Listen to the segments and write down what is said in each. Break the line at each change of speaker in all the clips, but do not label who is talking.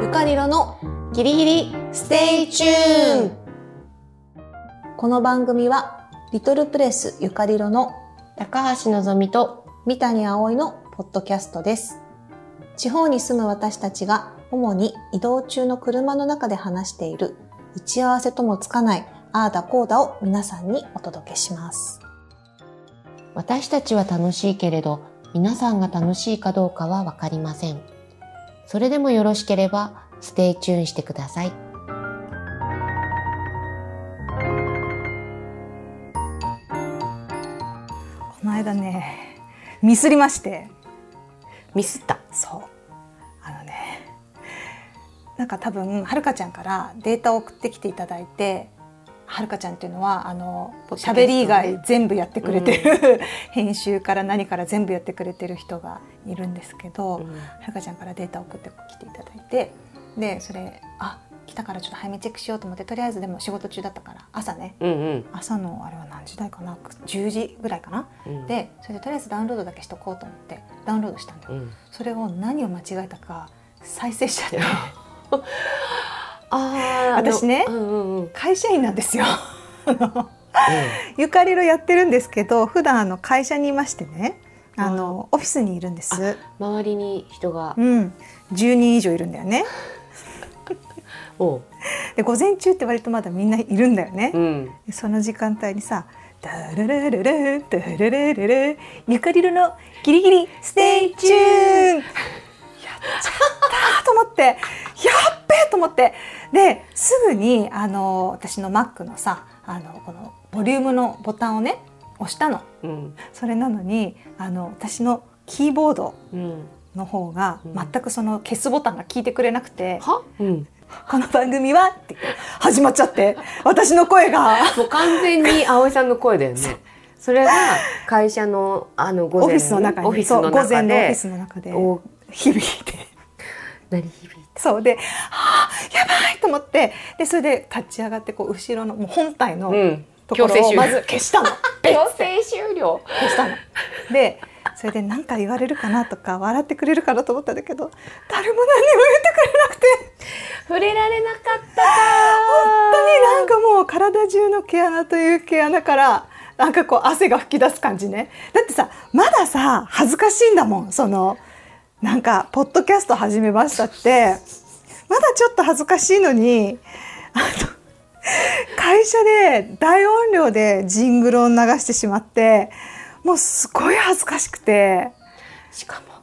ゆかりろのギリギリステイチューンこの番組はリトルプレスゆかりろの
高橋のぞみと、
三谷葵のポッドキャストです地方に住む私たちが主に移動中の車の中で話している打ち合わせともつかないああだこうだを皆さんにお届けします
私たちは楽しいけれど、皆さんが楽しいかどうかはわかりません。それでもよろしければ、ステイチューンしてください。
この間ねミスりまして
ミスった。
そうあのねなんか多分はるかちゃんからデータを送ってきていただいてはるかちゃんっていうのはあの
ポッドキャストね
喋り以外全部やってくれてる、 編集から何から全部やってくれてる人がいるんですけど、はるかちゃんからデータを送ってきていただいてでそれあ来たからちょっと早めにチェックしようと思ってとりあえずでも仕事中だったから朝ね
うんうん。
朝のあれは何時台かな10時ぐらいかな、
うん、
でそれでとりあえずダウンロードだけしとこうと思ってダウンロードしたんだよ
うん、
それを何を間違えたか再生しちゃって
あー
私ね
あのう んうんうん。
会社員なんですよゆかりろやってるんですけど普段あの会社にいましてねあのオフィスにいるんです、
周りに人が
う、ん、10人以上いるんだよね
おう、
で午前中って割とまだみんないるんだよね、
うん、
でその時間帯にさ「ダルルルルンダルルルルンゆかりろのギリギリステイチューン!」やっちゃったと思ってやっべえと思ってですぐにあの私の Mac のさあのこのボリュームのボタンをね押したの
うん、
それなのにあの私のキーボード
うん、
の方が
うん
全くその消すボタンが効いてくれなくて
は、うん、
「この番組は?」って始まっちゃって私の声が。
もう完全に葵さんの声だよね。それが会社のあの午前
オフィスの中に
オフィスの中で
そう午前のオフィスの中で
お
響いて
鳴り響いた。
そうで「はあやばい!」と思ってでそれで立ち上がってこう後ろのもう本体の
うん。
とこ
強制
ろを
終了
まず消したの。
強制終 了。
消したのでそれで何か言われるかなとか笑ってくれるかなと思ったんだけど誰も何にも言ってくれなくて
触れられなかった
本当
か。
になんかもう体中の毛穴という毛穴からなんかこう汗が噴き出す感じねだってさまださ恥ずかしいんだもんそのなんかポッドキャスト始めましたってまだちょっと恥ずかしいのにあの会社で大音量でジングルを流してしまってもうすごい恥ずかしくて
しかも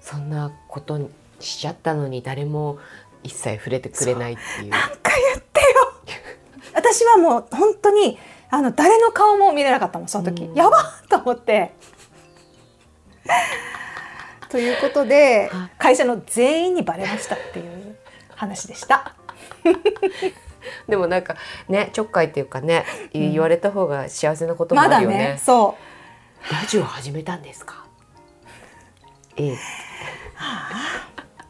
そんなことにしちゃったのに誰も一切触れてくれないっていう。
なんか言って よ私はもう本当にあの誰の顔も見れなかったもんその時、
うん
やばっと思って。 ということで
はい
会社の全員にバレましたっていう話でした。
でもなんかねちょっかいっていうかね、
ん
言われた方が幸せなことも
ま
あ
だ
るよね。
ねそ
ラジオ始めたんですか。ええ。
う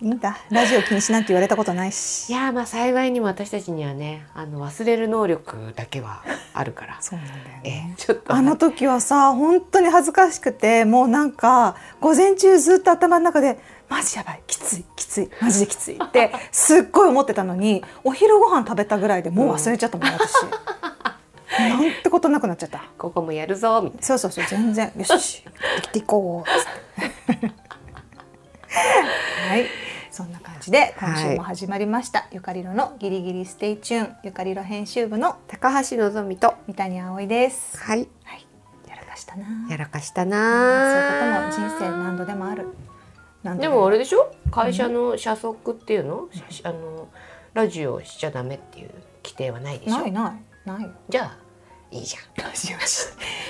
いいんだラジオ禁止なんて言われたことないし
いやーまあ幸いにも私たちにはねあの忘れる能力だけはあるから。
そうなんだよ
え
ね
え、ちょっと
あの時はさ本当に恥ずかしくてもうなんか午前中ずっと頭の中で「マジやばいきついきついマジできつい」ってすっごい思ってたのにお昼ご飯食べたぐらいでもう忘れちゃったもん、私。なんてことなくなっちゃった。
ここもやるぞみたい
そうそうそう全然よしよし生きていこうっつって。はい。そんな感じで今週も始まりました、ゆかりろのギリギリステイチューンゆかりろ編集部の
な。高橋のぞみと
三谷葵です。
はい
はい。やらかしたな。
やらかした
そう
なー。
いうことも人生何度でもある。何度
でもあれでしょ会社の社則っていうの,、あのラジオしちゃダメっていう規定はないでし
ない
ょ
ないないよ。
じゃあいいじゃん
ラジオし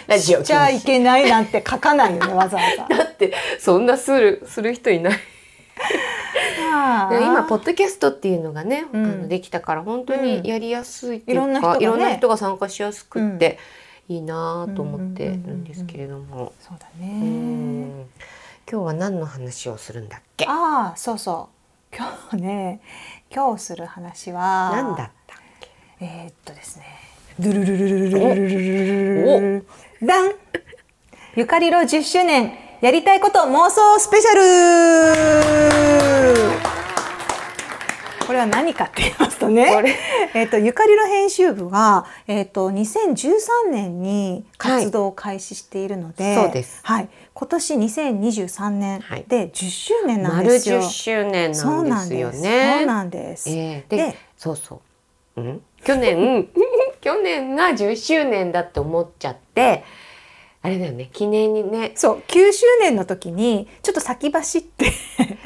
ラジオ禁止
ちゃいけないなんて書かないよねわざわ ざ。
だってそんなするする人いない今ポ
ッ
ッドキャストっていうのがね、
うん
あのできたから本当
うん
にやりやすいっていう
いろんな人が
か、
ね
いろんな人が参加しやすくって、いいなと思ってるんですけれども、
そうだ
う
ね。
ん今日は何の話をするんだっけ
ああそうそう今日ね今日する話は
なんだったっけ
えーっとですね。ドゥルルルルルルルルルルルルダンゆかりろ10周年やりたいこと妄想スペシャル
は
何かって言いますとね
これ
えっとゆかりの編集部は、えっと2013年に活動を開始しているので、
は
はいい、
そうです
今年2023年
はい
で10周年なん
丸
ですよ。
10周年
そう
な
なんん
ですよ
です。
ね。
そうなんです。
えーで
で
そうそう、うん、去年去年が10周年だって思っちゃってあれだよね記念にね
そう9周年の時にちょっと先走って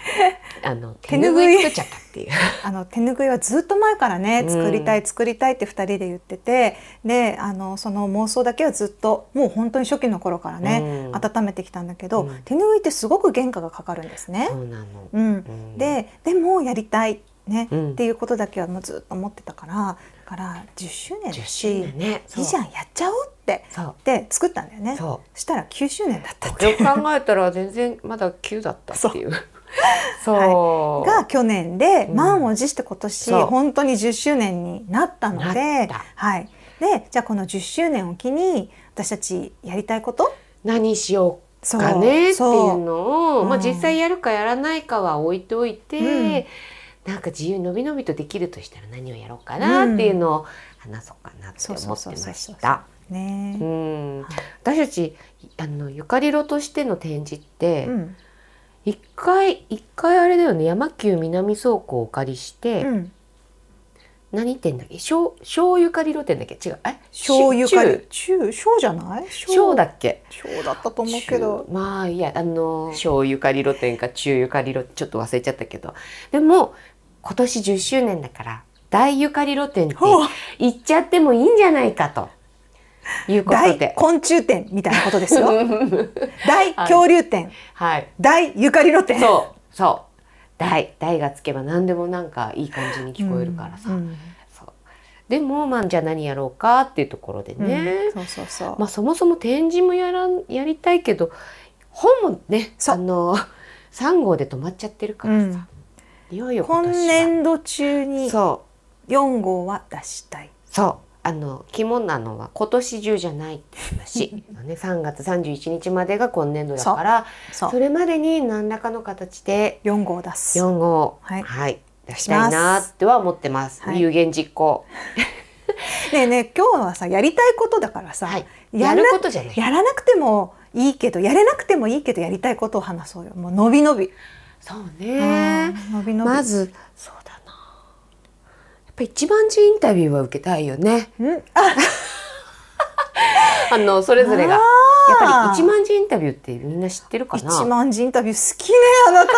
あの手
手
ぬ
拭い
ぐい作っちゃったっていう
あの手ぬぐいはずっと前からね
うん
作りたい作りたいって2人で言っててであのその妄想だけはずっともう本当に初期の頃からね、
うん
温めてきたんだけど、
うん
手ぬぐいってすごく原価がかかるんですね。
そうなの、
うん
うん
ででもやりたい、ね
うん
っていうことだけはもうずっと思ってたからだから10周年だ
10
し
周年ね
いいじゃんやっちゃおうって
そう
で作ったんだよね。
そう
したら9周年だったって
よく考えたら全然まだ9だったっていうそう
が去年で
うん
満を持して今年
そう
本当に10周年になったの
なっ
で
た、
はい、でじゃあこの10周年を機に私たちやりたいこと
何しよう
そう
かねっていう
そう
のを
うん
まあ、実際やるかやらないかは置いといて、なんか自由にのびのびとできるとしたら何をやろうかなっていうのを話そうかなって
そう
思
そう
って
そ
ま
うそうそう
した。
ね
う、ん私たちあのゆかりろとしての展示って
うん
一、回一回あれだよね山急南倉庫をお借りして、
うん、
何店だっけ小小ゆかりろ店だっけ違うえ
小ゆかり
中
中小じゃない
小だっけ
小だったと思うけど
中まあいいやあの小ゆかり露店か中ゆかり露ちょっと忘れちゃったけどでも今年10周年だから大ゆかり露店って
ほう
行っちゃってもいいんじゃないかということ
大
で
昆虫展みたいなこと ですよ大恐竜展
はい
大ゆかり露展
そうそう大大がつけば何でもなんかいい感じに聞こえるからさ、
うん
そうでもまあじゃあ何やろうかっていうところで
うん
ね、
そうそうそう、
まあ、そもそも展示もやらんやりたいけど本もね
そう
あの3号で止まっちゃってるからさ、いよいよ今
今
年は
年度中に
そう
4号は出したい
そうあの肝なのは今年中じゃないって話、 ね、3月31日までが今年度だから
そ
そうれまでに何らかの形で
4号を出す
4号
はい
出したいなっては思ってます、
はい
有言実行、
ねえねえ今日はさやりたいことだからさ、
はい、
や
や
ら
る
な
ことじゃない
やらなくてもいいけどやれなくてもいいけどやりたいことを話そうよもうのびのび、
そうね
うんのびのび
まずそうだなやっぱ一番地インタビューは受けたいよね
うんあ
あのそれぞれがやっ
あー
ぱり一万字インタビューってみんな知ってるかな
一万字インタビュー好きねあなた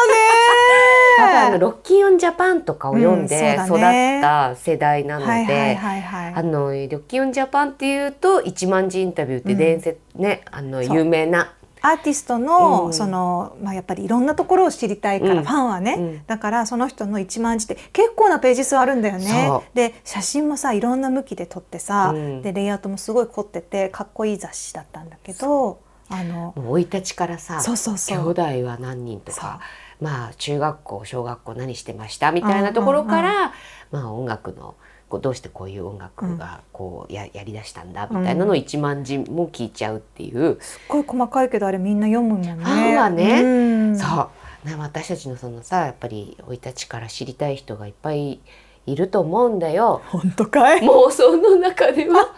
やっぱりあ
ね
のロッキンオンジャパンとかを読んで
うん
育
そ
っ
うだね
た世代なの
はいはい
で
はいはい
あのロッキンオンジャパンっていうと一万字インタビューって伝説、ねあの
そう
有名な
アーティストの、
うん
そのまあやっぱりいろんなところを知りたいから、
うん
ファンはね、
うん
だからその人の一万字って結構なページ数あるんだよ
そ
ね。で写真もさいろんな向きで撮ってさ、
うん
でレイアウトもすごい凝っててかっこいい雑誌だったんだけどあの
もう生い立ちからさ
そうそう
兄
そう。
弟は何人とかまあ中学校小学校何してましたみたいなところから、まあ音楽のこうどうしてこういう音楽がこうや,、やりだしたんだみたいなのを一万字も聞いちゃうっていう、
すっごい細かいけどあれみんな読むもんね。
ファンはね
うん
そうね私たちのそのさやっぱり生い立ちから知りたい人がいっぱいいると思うんだよ。
本当かい。
妄想の中では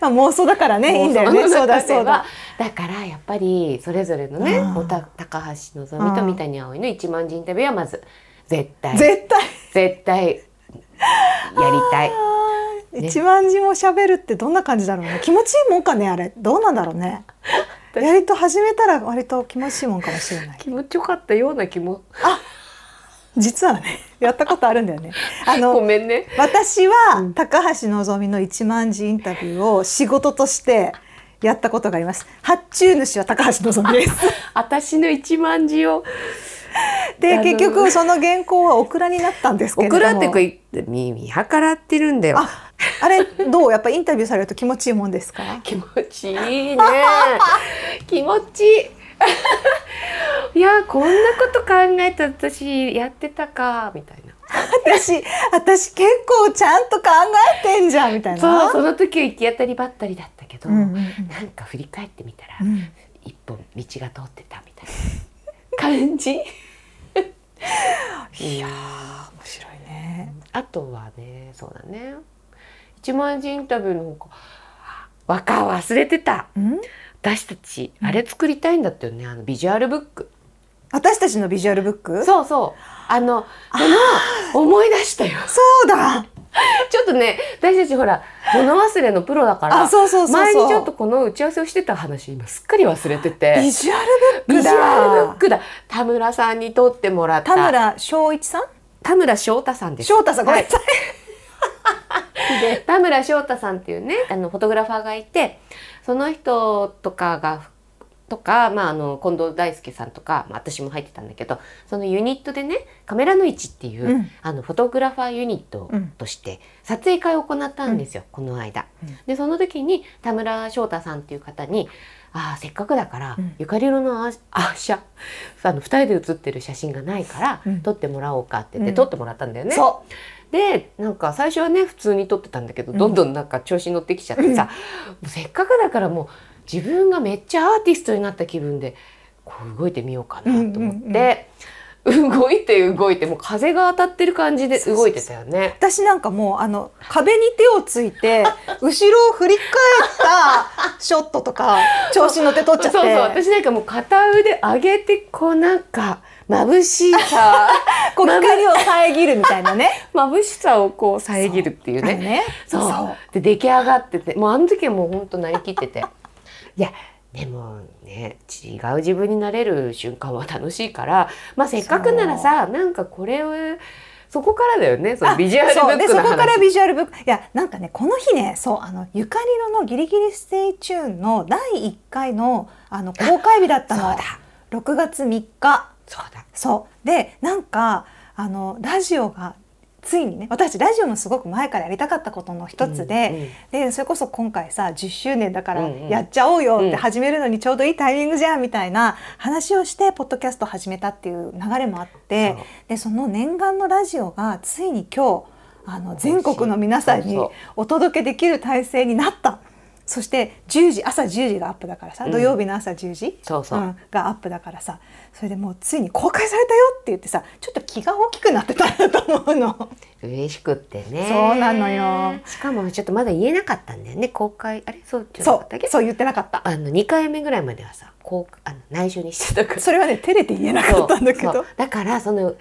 まあ妄想だからねいいんだよ
妄
ね。
想
そ
の
うだ
中では
そうだ。
だからやっぱりそれぞれのね
うん
おた高橋のぞみと三谷葵の一万人インタビューはまず絶対
絶対。
絶対やりたい。ね
一万字も喋るってどんな感じだろうね気持ちいいもんかねあれどうなんだろう ね
私
やりと始めたら割と気持ちいいもんかもしれない
気持ちよかったような気も
実は ねやったことあるんだよねあ
ご
の
めんね
私
う
は
ん
高橋のぞみの一万字インタビューを仕事としてやったことがあります発注主は高橋のぞみ です
私の一万字をあ
で
の
結局その原稿はオクラになったんですけれど
送
も
らってくい見見計らってるんだよ
ああれどうやっぱインタビューされると気持ちいいもんですか
気持ちいいね気持ちい いいやこんなこと考えた私やってたかみたいな
私私結構ちゃんと考えてんじゃんみたいな
そうその時は行き当たりばったりだったけど、
うんうんうん
なんか振り返ってみたら、
うん
一本道が通ってたみたいな感じ
いやー面白いね。
あとはねそうだね一万字インタビューのほか若忘れてた
うん
私たち
うん
あれ作りたいんだったよねあのビジュアルブック
私たちのビジュアルブック
そうそうあのでも思い出したよ
そうだ
ちょっとね私たちほら物忘れのプロだから
あそうそうそうそう
前にちょっとこの打ち合わせをしてた話今すっかり忘れて
ビ
て
ジュアルブッ
ビ
ク
ジュアルブッ
だ
クだ田村さんに撮ってもらった
田村翔一さん
田村翔太さんです
翔太さんごめんなさい、
田村翔太さんっていうねあのフォトグラファーがいてその人とかがとか、まあ、あの近藤大輔さんとか、まあ、私も入ってたんだけどそのユニットでねカメラの位置っていう、
うん
あのフォトグラファーユニットとして撮影会を行ったんですよ、この間。
うん
でその時に田村翔太さんっていう方に「ああせっかくだから、
うん
ゆかりろのああ写あの2人で写ってる写真がないから、
うん
撮ってもらおうか」って言って、
うん
撮ってもらったんだよね。
そ
でなんか最初はね普通に撮ってたんだけど、
うん
どんどんなんか調子に乗ってきちゃってさ、もうせっかくだからもう自分がめっちゃアーティストになった気分でこう動いてみようかなと思って、動いて動いてもう風が当たってる感じで動いてたよね。
私なんかもうあの壁に手をつい て後ろを振り返ったショットとか調子乗って撮っちゃ
そ
っ
う
て
そう私なんかもう片腕上げてこうなんか眩しさ
こう光を遮るみたいなね
眩しさをこう遮るっていうね。
そ
そうう
そう
で出来上がっててもうあの時はもうほんとなりきってていやでもね違う自分になれる瞬間は楽しいから、まあ、せっかくならさなんかこれをそこからだよねそのビジュアルブ
そう
ッ
で
ク
そ
の
こから
話。
ビジュアルブックいやなんかねこの日ねそうあのゆかりののギリギリステイチューンの第1回のあの公開日だった
そう
の
だ
6月3日
そうだ
そうでなんかあのラジオがついにね私ラジオもすごく前からやりたかったことの一つで、でそれこそ今回さ10周年だから
うんうん
やっちゃおうよっ
うん
て始めるのにちょうどいいタイミングじゃんみたいな話をしてポッドキャストを始めたっていう流れもあって
そう
でその念願のラジオがついに今日あの全国の皆さんに
そうそう
お届けできる体制になったそして10時朝10時がアップだからさ、
うん
土曜日の朝10時
そうそうん
がアップだからさそれでもうついに公開されたよって言ってさちょっと気が大きくなってたんだと思う の。
嬉しくってね
そうなのよ
しかもちょっとまだ言えなかったんだよね公開あれそうじゃな
そ
かったっ
う
け
そう言ってなかった。
あの2回目ぐらいまではさこうあの内緒にしてたから
それはね照れて言えなかったんだけ
そ
ど
う。だからそのあ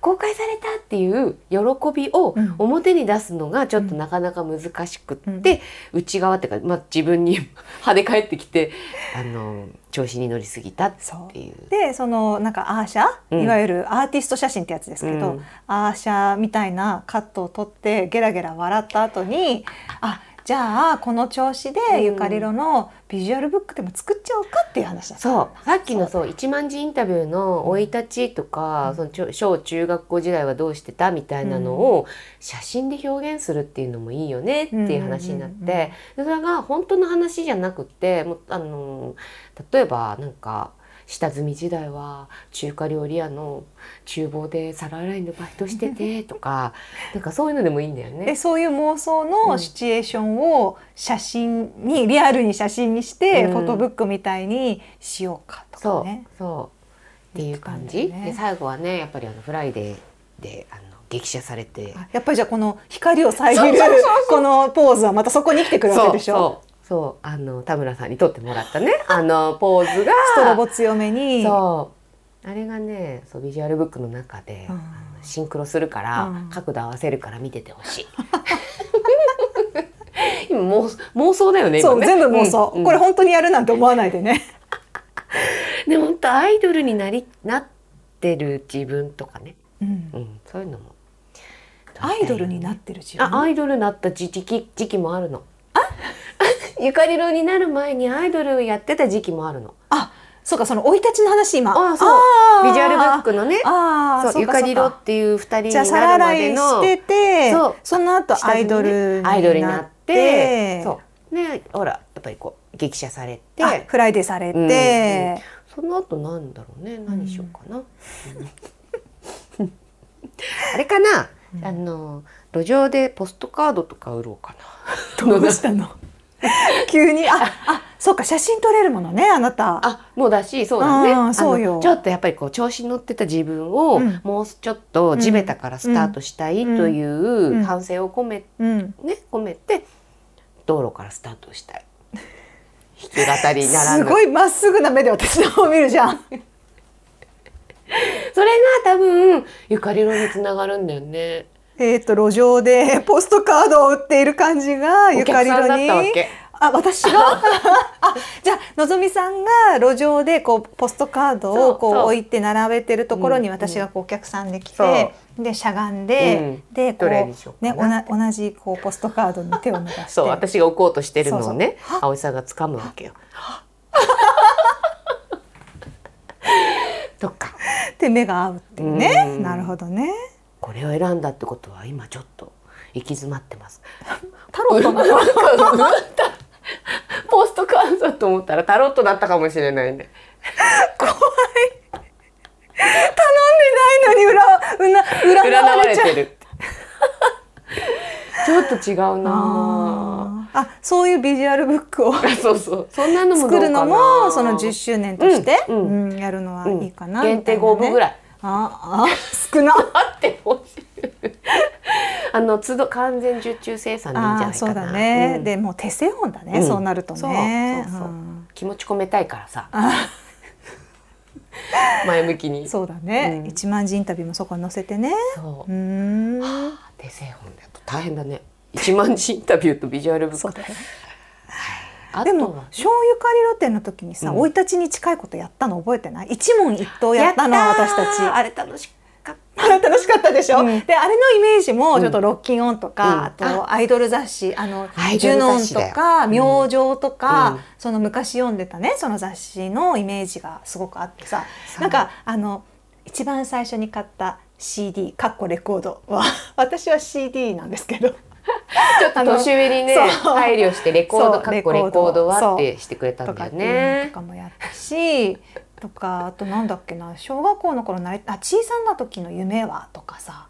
公開されたっていう喜びを
うん
表に出すのがちょっとなかなか難しくって、内側っていうか、まあ、自分に 跳ね返ってきてあの調子に乗りすぎたっていう。
でそのなんかアーシャ、
うん
いわゆるアーティスト写真ってやつですけど、
うん
アーシャみたいなカットを撮ってゲラゲラ笑った後にあじゃあこの調子
うん
でゆかりろのビジュアルブックでも作っちゃおうかっていう話だった、
そうさっきのそう一万字インタビューの生い立ちとか、そのちょ小中学校時代はどうしてたみたいなのを写真で表現するっていうのもいいよねっていう話になっ
うんうんうんうん
て、でそれが本当の話じゃなくてもうあの例えばなんか下積み時代は中華料理屋の厨房で皿洗いのバイトしてて とかなんかそういうのでもいいんだよ
で
ね。
そういう妄想のシチュエーションを写真にリアルに写真にして、
うん
フォトブックみたいにしようかと
そ
か
う、
ね。
そうっていう
言っ
感じ、
てたんだよね
で最後はねやっぱりあのフライデーであの激写されて。
あやっぱりじゃあこの光を遮る
そうそうそう
このポーズはまたそこに生きてくるわけでしょ
そうそうそうあの田村さんに撮っても らったねあのポーズが
ストロボ強めに
そうあれがねそうビジュアルブックの中で、
うん
あのシンクロするから、
うん
角度合わせるから見ててほしい 今妄想妄想だよね今
そう
ね
全部妄想、
うんうん
これ本当にやるなんて思わないでね
でも本当アイドルになりなってる自分とかね、うん、そういうのも
アイドルになってる自分
あアイドルになった時期時期もあるのあ ゆかりろになる前にアイドルやってた時期もあるの
あそうかその生い立ちの話今
あそうビジュアルブックのね
あー
そうゆかりろっていう二
じ
人
ゃあ
に
皿
なるま
洗
で
い
の
してて
そう
その後
下
ア
積
イ
みね
ドル
アイドルになっ
そ
てそうねほらやっぱりこう激写され
うあ
て
フライデーされ
うんうん
て、
その後なんだろうね何しようかな、 うんあれかな、あの路上 でポストカードとか売ろうかな
どうしたの急にああそうか写真撮れるものねあなた。
あもうだしそうだね、
うん
あの
そうよ
ちょっとやっぱりこう調子に乗ってた自分を、
うん
もうちょっと地べたからスタートしたいとい
んう
うん反省を込め,、
うん。
ね、込めて道路からスタートしたい 弾き語りなら
す
ぬ
ごいまっすぐな目で私の方を見るじゃん。
それが多分ゆかりろにつながるんだよね
えっと路上で ポストカードを売っている感じがゆ
お
か
客
り
さんだ
の
っ
に
たわけ
あ私 があじゃあのぞみさんが路上でこうポストカード
そ
を
う
こう
そう
置いて並べてるところに
うん
私がこうお客さんで来て、でしゃがんで、でこ
どれにしよ
う
うか
ねお
な
な同じこうポストカードに手を伸ばして
そう私が置こうとしてるのをね
そうそう
葵さんが掴むわ けよとか
で目が合うっていうね、
うん
なるほどね
これを選んだってことは今ちょっと行き詰まっ てます。
タロットなの
なんかポストカードだと思ったらタロットだったかもしれないね。
頼んでないのに裏裏
占
わ
わ
れ
れ
ちゃう
てる。 ちょっと違うな
あーあそういうビジュアルブックを
あ。そうそう。そんなのもどう
作
かな
るのもその10周年として、う
うんん
やるのはいいかな、
うん限定5分ぐ
い
らい。
ああ 少 な
あってほしい。あの都度完全受注生産でいいんじゃ
あ
ないか
ーそ
な。
うだね、
うん
でもう手製本だね、
うん
そうなるとね
そうそうそうん気持ち込めたいからさ
あ。
前向きに。
そうだね、
うん
一万字インタビューもそこに載せてね
そう
うーん
手製本だと大変だね一万字インタビューとビジュアルブッ
そう
ク
だね
あ
で
と
も
は
醤油かり露店の時にさ
うん
生、い立ちに近いことやったの覚えてない一問一答やったの
やー
私たち
あれ楽しかっ
あれ楽しかったでしょ、
うん
であれのイメージもちょっと「ロッキンオン」と
うん
か、あとアイドル雑誌「あの
アイ
ジ
ド
ュ
ル
ノ
雑
ン」
誌
と
だよ
か「明星」とか、
うん
その昔読んでたねその雑誌のイメージがすごくあってさ
そう
なんかあの一番最初に買った CD かっこレコードは 私は CD なんですけど
たちょっ
あ
と
の
年上にね
そう
配慮してレコー
そう
ドかっこ
レコード
レコード
そ
は
う
ってしてくれたん
と
だ
かっ
よ
ていうのと
ね
かもやったしとかあとなんだっけな小学校の頃なりあ小さな時の夢はとかさ、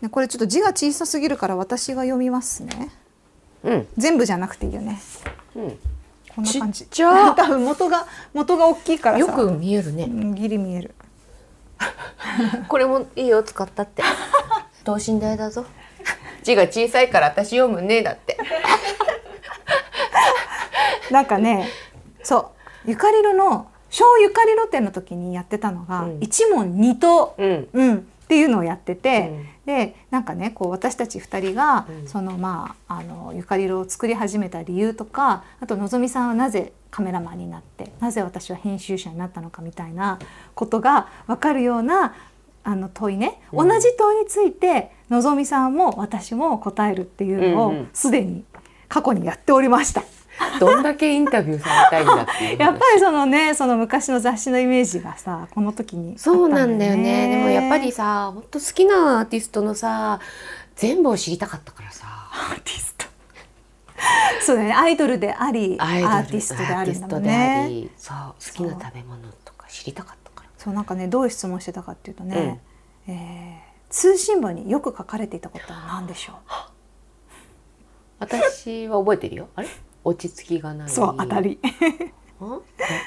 ね、これちょっと字が小さすぎるから私が読みますね
うん
全部じゃなくていいよね
うん
こんな感じ
ちっちゃ
多分元が元が大きいからさ
よく見えるね
うんギリ見える
これもいいよ使ったって 等身大だぞ字が小さいから私読むねだって
なんか ねそうゆかりろの小ゆかりろ展の時にやってたのが、
うん
一問二答
うん
うん、っていうのをやってて、
うん
でなんかねこう私たち2人が、
うん
そのまああのゆかりろを作り始めた理由とかあとのぞみさんはなぜカメラマンになってなぜ私は編集者になったのかみたいなことが分かるようなあの問いね、
うん
同じ問いについてのぞみさんも私も答えるっていうの
うんう
を
ん
すでに過去にやっておりました。
どんだけインタビューされたいんだっていう話
やっぱりそのねその昔の雑誌のイメージがさこの時にあった
そうなんだよね。でもやっぱり
ア
さ、本当好きなアーティストのさ、全部を知りたかったからさ。
ーティストそうだよねアイドルでありア
ル
ーティストであるんだもん
アーティストであ
ね
りそう、好きな食べ物とか知りたかったから。
そうなんかねどういう質問してたかっていうとね、えー通信簿によく書かれていたことは何でしょ
私は覚えてるよ。あれ落ち着きが
う
ない。
そう当た。り
あ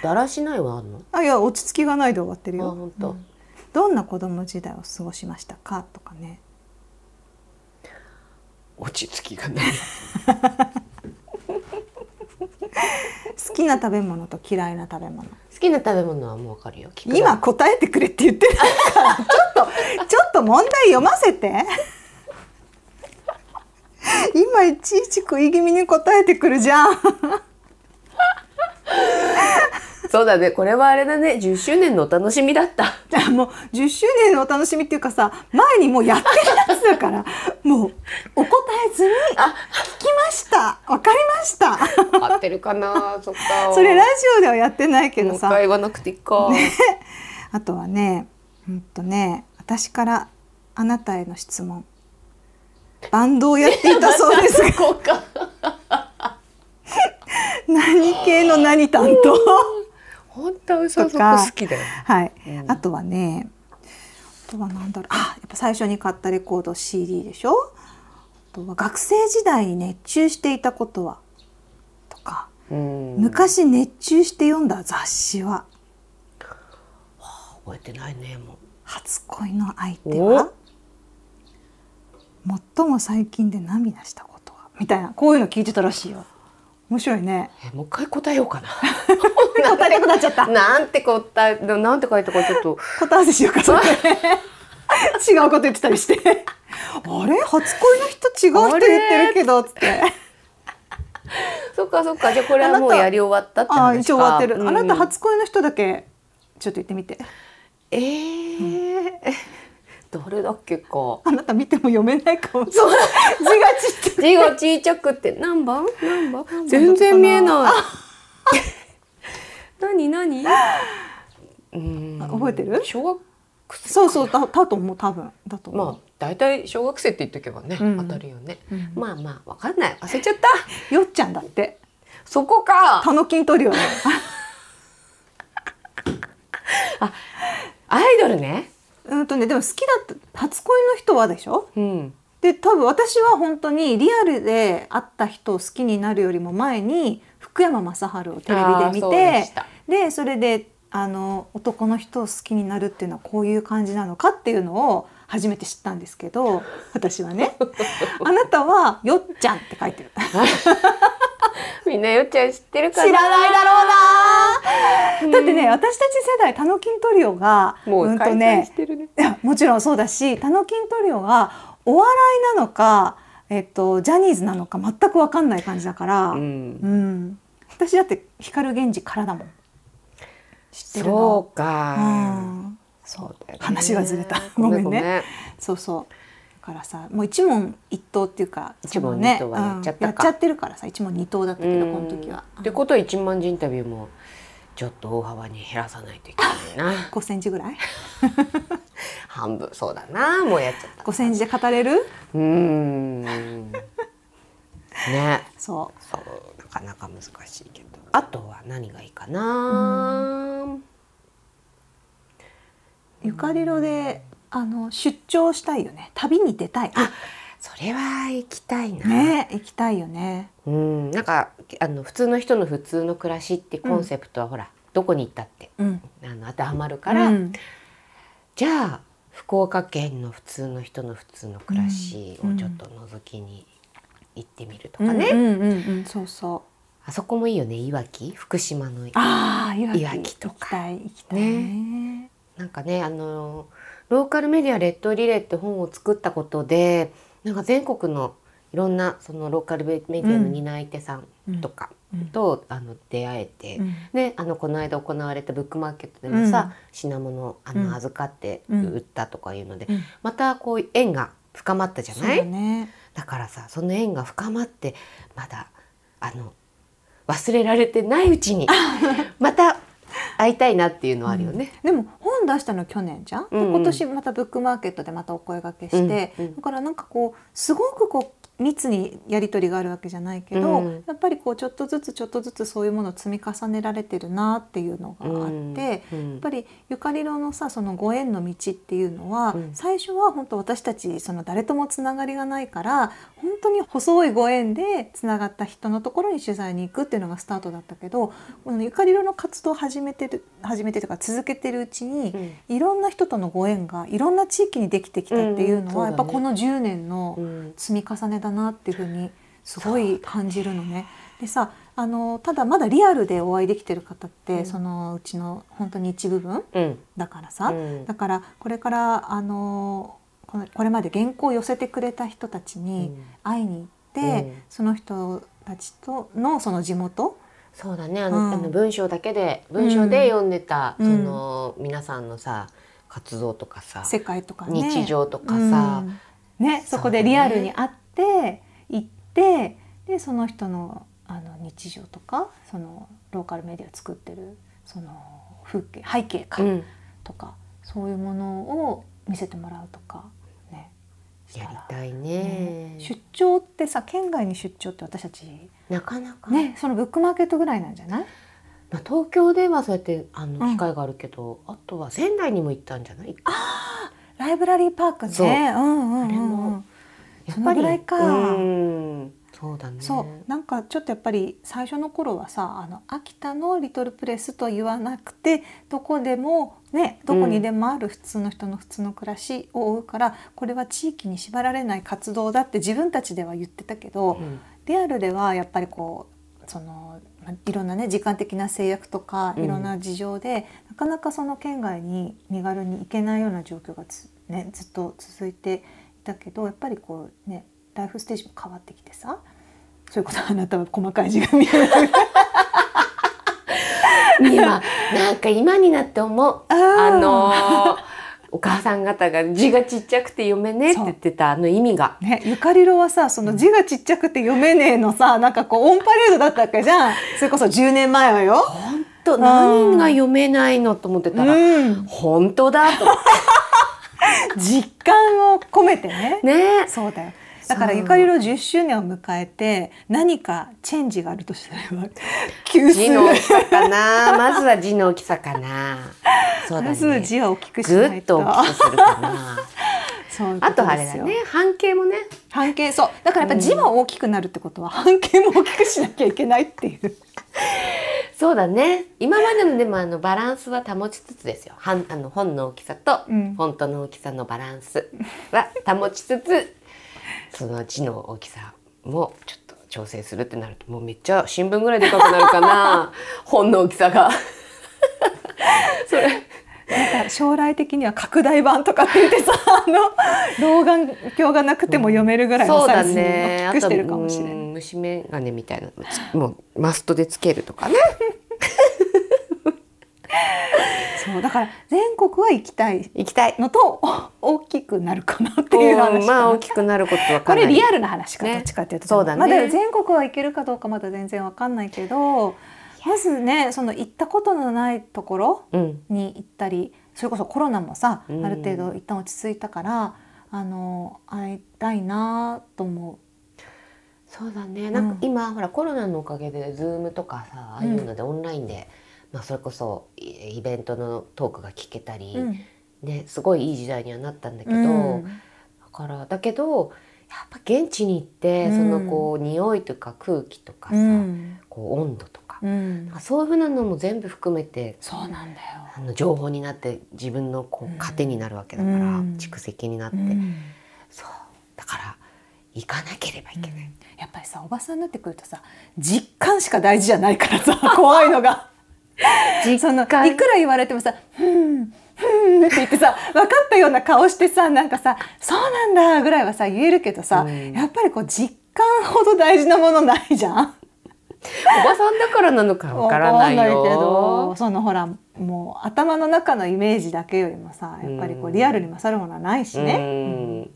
だらしないはあるの
あいや落ち着きがないで終わってるよ
あ本当
うんどんな子供時代を過ごしましたかとかね
落ち着きがない。
好きな食べ物と嫌いな食べ物
好きな食べ物はもうわかるよ。聞く
今答えてくれって言ってるからちょっとちょっと問題読ませて今いちいち食い気味に答えてくるじゃん
そうだね。これはあれだね。10周年のお楽しみだった。
じゃあもう10周年のお楽しみっていうかさ前にもうやってるやつだから もうお答え済み聞きましたわかりま した
合ってるかな。そっか。
それラジオではやってないけ
も
ど
う一
さ
回言わなくていいか。
あとはね、うんとね、私からあなたへの質問。バンドをやっていたそうです が。何系の何担当。
本当嘘
とか
きだよ。
はい、
うん
あとはね。あとはなんだろう、あ、やっぱ最初に買ったレコード C. D. でしょあとは学生時代に熱中していたことは。とか。
うん
昔熱中して読んだ雑誌は
覚えてないねも
「初恋の相手は最も最近で涙したことは」みたいなこういうの聞いてたらしいよ面白いね
うえもう一回答えようか
答えなくなっちゃった
な なんて答えなんて書いたかちょっと
答え合わせしようか それ違うこと言ってたりしてあれ初恋の人違う人言ってるけどつって
そっかそっかじゃあこれはも
あな
う
た
やり終わったって
ああ
話か
一応終わってる、
うん
あなた初恋の人だけちょっと言ってみて
えー、 誰だっけか
あなた見ても読めないかもしれない 字がちっちゃい
字が小さくて何番何番全然見えない 何何うん
あ覚えてる
小学生
そうそうだだと思う多分だと思う、
まあ大体小学生って言っとけばね、
うん
当たるよね、
うん
まあまあわかんない忘れちゃった
よっちゃんだって
そこか
タノキント リオの
アイドルね
うんとねでも好きだった初恋の人はでしょ
うん
で多分私は本当にリアルで会った人を好きになるよりも前に福山雅治をテレビで見
あーそうで
て
した
でそれであの男の人を好きになるっていうのはこういう感じなのかっていうのを初めて知ったんですけど私は ねあなたは「よっちゃん」って書いてる
みんなよっち ゃん知ってる
知
から
ないだろう
う
なだってね私たち世代タノキントリオが
も
う
うん
と
解
ね
散してるね
いやもちろんそうだしタノキントリオがお笑いなのか、えっと、ジャニーズなのか全く分かんない感じだから、
う
うん
ん
私だって光源氏からだもん知ってるの
そうか、
うん
そうだよね
話がずれたごめんね
ごめんね
そうそうだからさもう一問一答っていうか
一問
そのね
二答はやっちゃったか
うんやっちゃってるからさ一問二答だったけどこの時は
うんってことは一万人インタビューもちょっと大幅に減らさないといけない な
5センチぐらい
半分そうだなもうやっちゃった
5センチで語れる
うーんね
そ
そうなかなか難しいけどあとは何がいいかな
うゆかりろであの出張したいよね旅に出たい
あそれは行きたいな、
ね行きたいよね
うんなんかあの普通の人の普通の暮らしってコンセプトは、ほらどこに行ったって
うん
あの当てはまるから、
うん
じゃあ福岡県の普通の人の普通の暮らしをちょっと覗きに行ってみるとかね、
うんうんうんうん、そうそう。
あそこもいいよねいわき福島の
ああ、いわ
いわきと
行
か
きたい、行きたいね。
なんかねあのローカルメディア「レッドリレー」って本を作ったことでなんか全国のいろんなそのローカルメディアの担い手さんとか
うん
と、あの出会えて、
うん
であのこの間行われたブックマーケットでもさ、
うん
品物あ
うん
の預かって売ったとかいうので、
うん
またこう縁が深まったじゃ
そう
ない
だね。
だからさその縁が深まってまだあの忘れられてないう ちにまた会いたいなっていうのはあるよね。
でも本出したの去年じゃん、で
うんうん
今年またブックマーケットでまたお声掛けして、
うんうん
だからなんかこうすごくこう密にやり取りがあるわけじゃないけど、
うん
やっぱりこうちょっとずつちょっとずつそういうものを積み重ねられてるなっていうのがあって、
うんうん
やっぱりゆかりろのさそのご縁の道っていうのは、
うん
最初は本当私たちその誰ともつながりがないから本当に細いご縁でつながった人のところに取材に行くっていうのがスタートだったけどこのゆかりろの活動を始めてる始めてとか続けてるうちに、いろんな人とのご縁がいろんな地域にできてきたっていうのは、
うん
やっぱこの10年の
うん
積み重ねだなっていうふうにすごい感じるのね。でさあのただまだリアルでお会いできてる方って、
うん
そのうちの本当に一部分
うん
だからさ、
うん
だからこれからあのこのこれまで原稿を寄せてくれた人たちに会いに行って、
うん
その人たちとのその地元
そうだねあの,、
うん
あの文章だけで文章で読んでた、
うん
その皆さんのさ活動とかさ、
世界とかね
日常とかさ、
うんね、そこでリアルに会って行ってでその人のあの日常とかそのローカルメディア作ってるその風景背景か
うん
とか、そういうものを見せてもらうとかねした
や
ら
りたいね
ね出張ってさ県外に出張って私たち
なかなか、
ねそのブックマーケットぐらいなんじゃない
まあ、東京ではそうやってあ
う
の
ん
機会があるけど、あとは仙台にも行ったんじゃない
ライブラリーパークね
そう
うんうんうんうん
あれも
そのぐらいか
うんそうだね。
そうなんかちょっとやっぱり最初の頃はさあの秋田のリトルプレスと言わなくてどこでもねどこにでもある普通の人の普通の暮らしを追うから、これは地域に縛られない活動だって自分たちでは言ってたけど、
うん
リアルではやっぱりこうそのまあいろんなね時間的な制約とか
うん
いろんな事情で、なかなかその県外に身軽に行けないような状況がつ、ね、ずっと続いていたけどやっぱりこうねライフステージも変わってきてさそういうことあなたは細かい字が見える
今なんか今になって思う。 あのー お母さん方が字がちっちゃくて読めねえって言ってたあの意味が。
ね、ゆかりろはさその字がちっちゃくて読めねえのさなんかこうオンパレードだったわけじゃんそれこそ10年前はよ。
本当何が読めないのと思ってたら、
うん、
本当だ と思っ
実感を込めてね
てね。
そうだよ。だから
そう
ゆかりろ10周年を迎えて何かチェンジがあるとしたら 急須
字の大きさかな。まずは字の大きさかな。そうだ
まず
ね。
字は大きくし
ぐ
ない
っと
と
大きくするかな。
そういうこ
あ
と
とあ
で
れ
す
だ
よ
ね。半径もね。
半径そうだからやっぱ字は大きくなるってことは半径も大きくしなきゃいけないっていう
そうだね。今までのでもあのバランスは保ちつつですよ。はんあの本の大きさと、
うん
フォントの大きさのバランスは保ちつ つ、その字の大きさもちょっと調整するってなると、もうめっちゃ新聞ぐらいでかくなる かな。本の大きさが。それ。
なんか将来的には拡大版とかって言ってさあの老眼鏡がなくても読めるぐらい
そ
の
う
サ
だ
イズに大
ね。
きくしてるかもしれない。
うん虫眼鏡みたいなのつもうマストでつけるとかね。
そうだから全国は行きたい
行きたい。
のとお大きくなるかなっていう話かな
まあ大きくなることは
こ
かな
れ
り
リアルな話か、
ね
どっちかっていうと
そうだね
まだ全国は行けるかどうかまだ全然わかんないけどまずねその行ったことのないところ
うん。
に行ったりそれこそコロナもさあ
うん
る程度一旦落ち着いたから、あの会いたいなと思
そうだねなん
うん
か今、ほらコロナのおかげで Zoom とかさああいうのでオンラインで、まあ、それこそイイベントのトークが聞けたり、
う、うん
ね、すごいいい時代にはなったんだけど、だからだけどやっぱ現地に行って、
うん
そのこう匂いとか空気とかさ、
うん
こう温度とか、
うん
なんかそういうふうなのも全部含めて
そうなんだよ。
あの情報になって自分のこ
うん
う糧になるわけだから、
うん
蓄積になって、
うん
そうだから行かなければいけない。
やっぱりさおばさんになってくるとさ実感しか大事じゃないからさ怖いのが。そのいくら言われてもさ「ふんふん」って言ってさ分かったような顔してさなんかさ「そうなんだ」ぐらいはさ言えるけどさ、
うん
やっぱりこう実感ほど大事なものないじゃん。
おばさんだからなのかわからない
わ
よ。
かんないけどそのほらもう頭の中のイメージだけよりもさやっぱりこ
う
うんリアルに勝るものはないしね、
うん
うん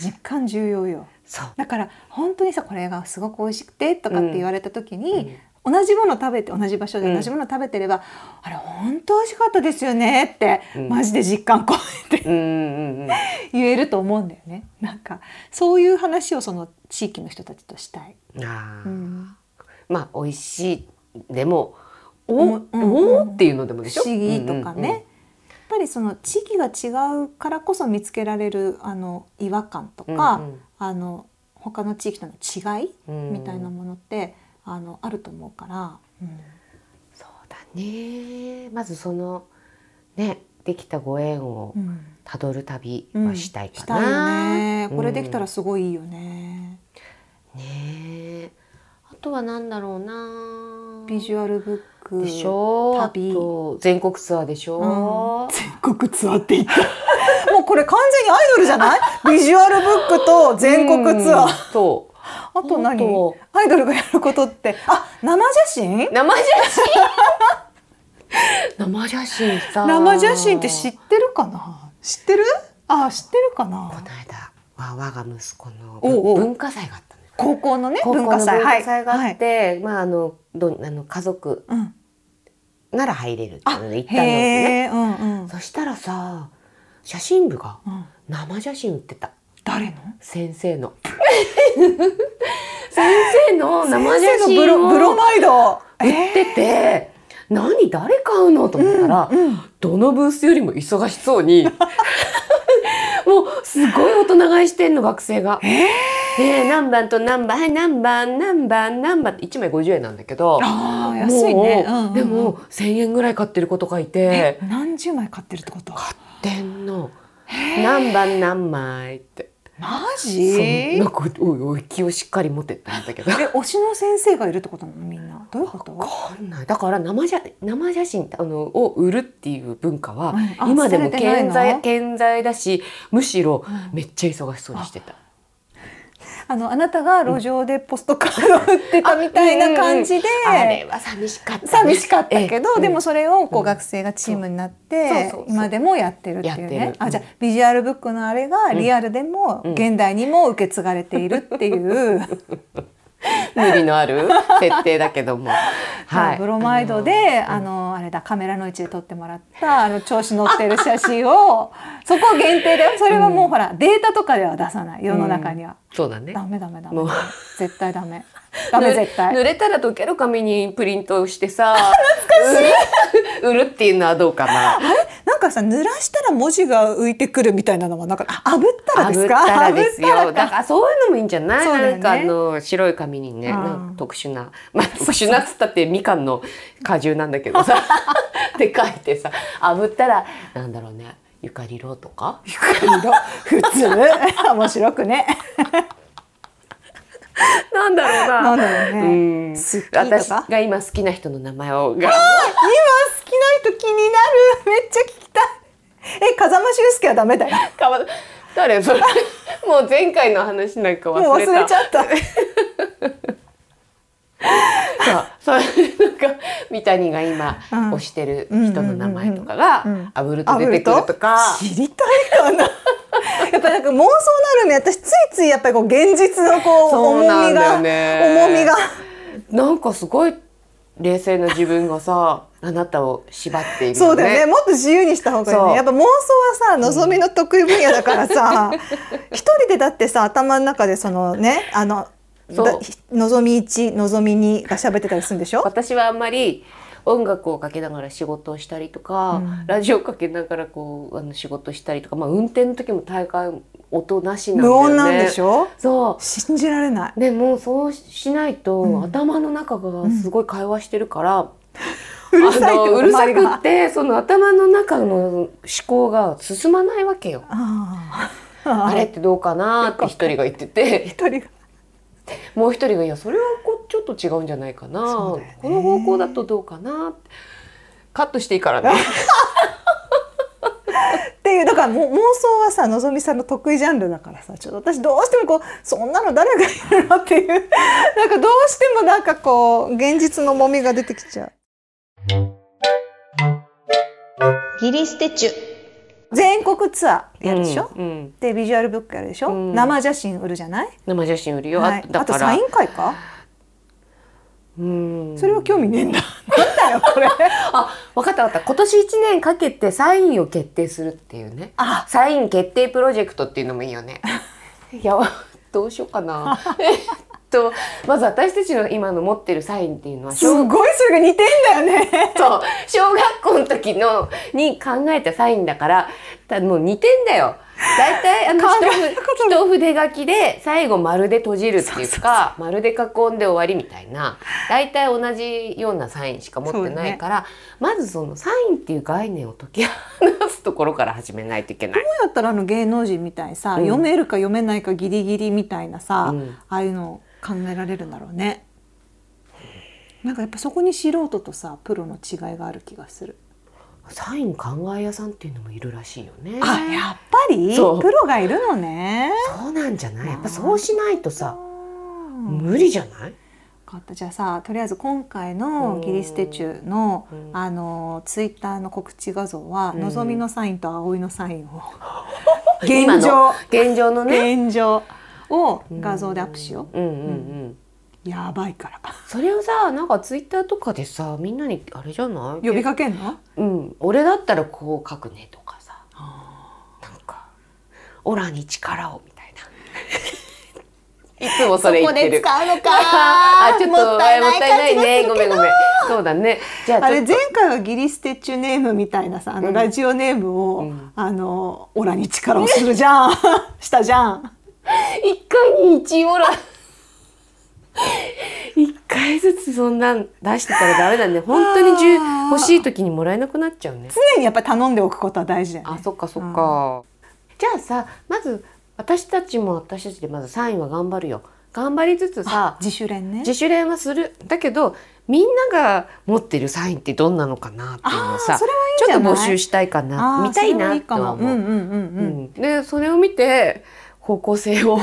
実感重要よ。
そう。
だから本当にさこれがすごく美味しくてとかって言われた時に、同じもの食べて同じ場所で
うん
同じもの食べてれば、あれ本当美味しかったですよねって、
うん
マジで実感超えて
うんうんうん。
言えると思うんだよねなんかそういう話をその地域の人たちとしたい。
あー
うん
まあ美味しいでもお、
うんうんうん
おっていうのでもでし
不
ょ。
思議とかね、
うんうん
やっぱりその地域が違うからこそ見つけられるあの違和感とか、
うんうん
あの他の地域との違い
うん
みたいなものって、あのあると思うから。うん
そうだね。まずそのねできたご縁を
うん
たどる旅
うん
はしたいか
し
な。
たいよねこれできたらすごいいいよね、
ねえ。あとはなんだろうな。
ビジュアルブック
でしょ。
旅
あと全国ツアーでしょ。
全国ツアーって 言ったもうこれ完全にアイドルじゃないビジュアルブックと全国ツアー、
うん。そう。
あと何
あと
アイドルがやることってあ生写真
生写真 生写真さ
生写真って知ってるかな知ってるあ知ってるか
こ
な
の間は我が息子の
おうおう
文化祭があったのよ
高校のね文化
高
祭
校の文化祭が
は
あ
い
っ、て、まああのどあの家族
はいうん、
なら入れるっていうので行ったの
へ
ね
え、うんうん
そしたらさ写真部が
うん、
生写真売ってた
誰の
先 生の先生の生写
先生のブ
真
ロブロ
を売
マイド売っ
ってて、何誰買うのと思ったら、
うんうん
どのブースよりも忙 しそうにもうすごい大人買いしてんの学生が。
えー
えー何番と何番はい何番何番何番って1枚50円なんだけど
ああ安いね。
もう
うんうんうん
でも1,000円ぐらい買ってる子とかい
え
て
何十枚買ってるってこと？
「天皇何番何枚」って
マ
そう
ジ
なん？かおいおい気をしっかり持ってって思ったけど。
え推しの先生がいるってことなのみんなどういうこと？
わかんないだから生写生写真あのを売るっていう文化は
うんあ
今でも
されてない
健
の
在健在だしむしろ
うん
めっちゃ忙しそうにしてた。
あのあなたが路上でポストカード売 ってたみたいな感じで。
あれは寂しかったね、
寂しかったけ
え
ど、
え
でもそれをこ
う
うん学生がチームになっ
うん
て
そうそうそう
今でもやってるっていう
やって
ね
る。
あじゃあビジュアルブックのあれがリアルでも
うん
現代にも受け継がれているっていう、
無理のある設定だけど も、はい、
ブロマイドであのあれだカメラの位置で撮ってもらった あの調子乗ってる写真を そこ限定だよ。それはもうほらデータとかでは出さない世の中には。
そうだね
ダメダメダメ
もう。
絶対ダメ。ダメ絶対。
濡れたら溶ける紙にプリントし てさ懐かしい売るっていうのはどうかな
なんかさ濡らしたら文字が浮いてくるみたいなのはなんかあ炙ったらです
炙っ
か？
たらですよ。
炙ったら
だからそういうのもいいんじゃない、
そうだよ
な
ね
んかあの白い紙に
う
ね、
ん
なんか特殊な、 まあ特殊なっつったってみかんの果汁なんだけ どさ、って書いてさ、炙ったらなんだろうね、ゆかりろうとか。
普通 面白くね。
なんだろうな。
なんだろうね
ん
好きとか
私が今好きな人の名前をが。
今好きな人気になる。めっちゃ聞きたい。え風間俊介はダメだよ。
かわ誰 それ。もう前回の話なんか忘れた。
もう忘れちゃった。
さそうなんか三谷が今
うん
推してる人の名前とかが
うんうんうんうん
「あぶると出てくるとか
知りたいか な。やっぱなんか妄想なるね。私ついついやっぱりこう現実のこう
そうな
重
ん
み
だよ
が、
ね
重みが。
なんかすごい冷静な自分が さあなたを縛っている
そう
よ
だよね。もっと自由にした方がいいよ
そう
ね。やっぱ妄想はさ、望みの得意分野だから さ、一人でだってさ、頭の中でそのね、あの、
そう
だ望み1、望み2が喋ってたりするんでしょ
私はあんまり音楽をかけながら仕事をしたりと
う
か、
ん
ラジオかけながらこうあの仕事したりとか、まあ、運転の時も大概音なしなん
無
だよね
音なんでしょ
そ。
信じられないう
でもそうしないと、
うん
頭の中がすごい会話してるから、
うるさいって
あ
こ
のう
と
るさ
周り
くっ
が。
てその頭の中の思考が進まないわけよ。
あ
あ
あ
れってどうかなって一人が言ってて
一人が。
もう一人が「いやそれはこうちょっと違うんじゃないかな、
そうだよね
この方向だとどうかな」ってカットしていいからね。
っていうだからもう妄想はさのぞみさんの得意ジャンルだからさちょっと私どうしてもこうそんなの誰がいるのっていう なんかどうしてもなんかこう現実の重みが出てきちゃう。
ギリステチュ
全国ツアーやるでしょ、
うんうん
でビジュアルブックやるでしょ、
うん
生写真売るじゃない、
生写真売るよ、
はい
あ、
あ
だ
と
から
サイン会か
うん
それは興味ねえんだなんだよこ れ
あ分かった分かった今年1年かけてサインを決定するっていうね
あ
サイン決定プロジェクトっていうのもいい よね。いやどうしようかな。えっとまず私たちの今の持ってるサインっていうのは
す
小学
ごいそれが似てんだよね
そう小学校の時のに考えたサインだからたもう似てんだよ。大体あの
考
一筆
えたこと
一筆書きで最後丸で閉じるっていうか丸で囲んで終わりみたいな大体同じようなサインしか持ってないから、まずそのサインっていう概念を解き放つところから始めないといけな
ど
い。
うやったらあの芸能人みたいにさ、
うん
読めるか読めないかギリギリみたいなさ、
うん
ああいうのを考えられるんだろうねなんかやっぱそこに素人とさプロの違いがある気がする
サイン考え屋さんっていうのもいるらしいよね。
あやっぱりプ
そう
ロがいるのね
そうなんじゃないやっぱ
あー
そうしないとさ
うん
無理じゃない
わかったじゃあさとりあえず今回の「ギリステチュ」の、
うん
あのツイッターの告知画像は、
うん
のぞみのサインと葵のサインを現
今の
状
現状のね。
現状を画像でアップしよ
うんうんうん。
うやばいから
それをさなんかツイッターとかでさみんなにあれじゃない
呼びかけんの
うん俺だったらこう書くねとかさなんかオラに力をみたいな。いつもそれ言ってる。
う の
あちょっともったいないねごめんごめん。そうだね。じゃあ
あ
ち
れ
ょっと
前回はギリステチュネームみたいなさあ
う
の
ん
ラジオネームを、
うん
あのオラに力をするじゃんしたじゃん
一回に一オラ。一回ずつそんなん出してたらダメだね。本当に十
あー
欲しい時にもらえなくなっちゃうね。
常にやっぱり頼んでおくことは大事だよ
あ、
ね。
そっかそっか。じゃあさ、まず私たちも私たちでまずサインは頑張るよ。頑張りつつさ、
自主練ね。
自主練はする。だけど、みんなが持ってるサインってどんなのかなっていうのを
あ
さ
あ、それはいいん
ち
じ
ょ
ゃ
っと
ない
募集したいかな、
あー
見たい
それ
な
はいい
と
か
は
も。うんう
思う。
んうん
う
うん。
ん、でそれを見て方向 性を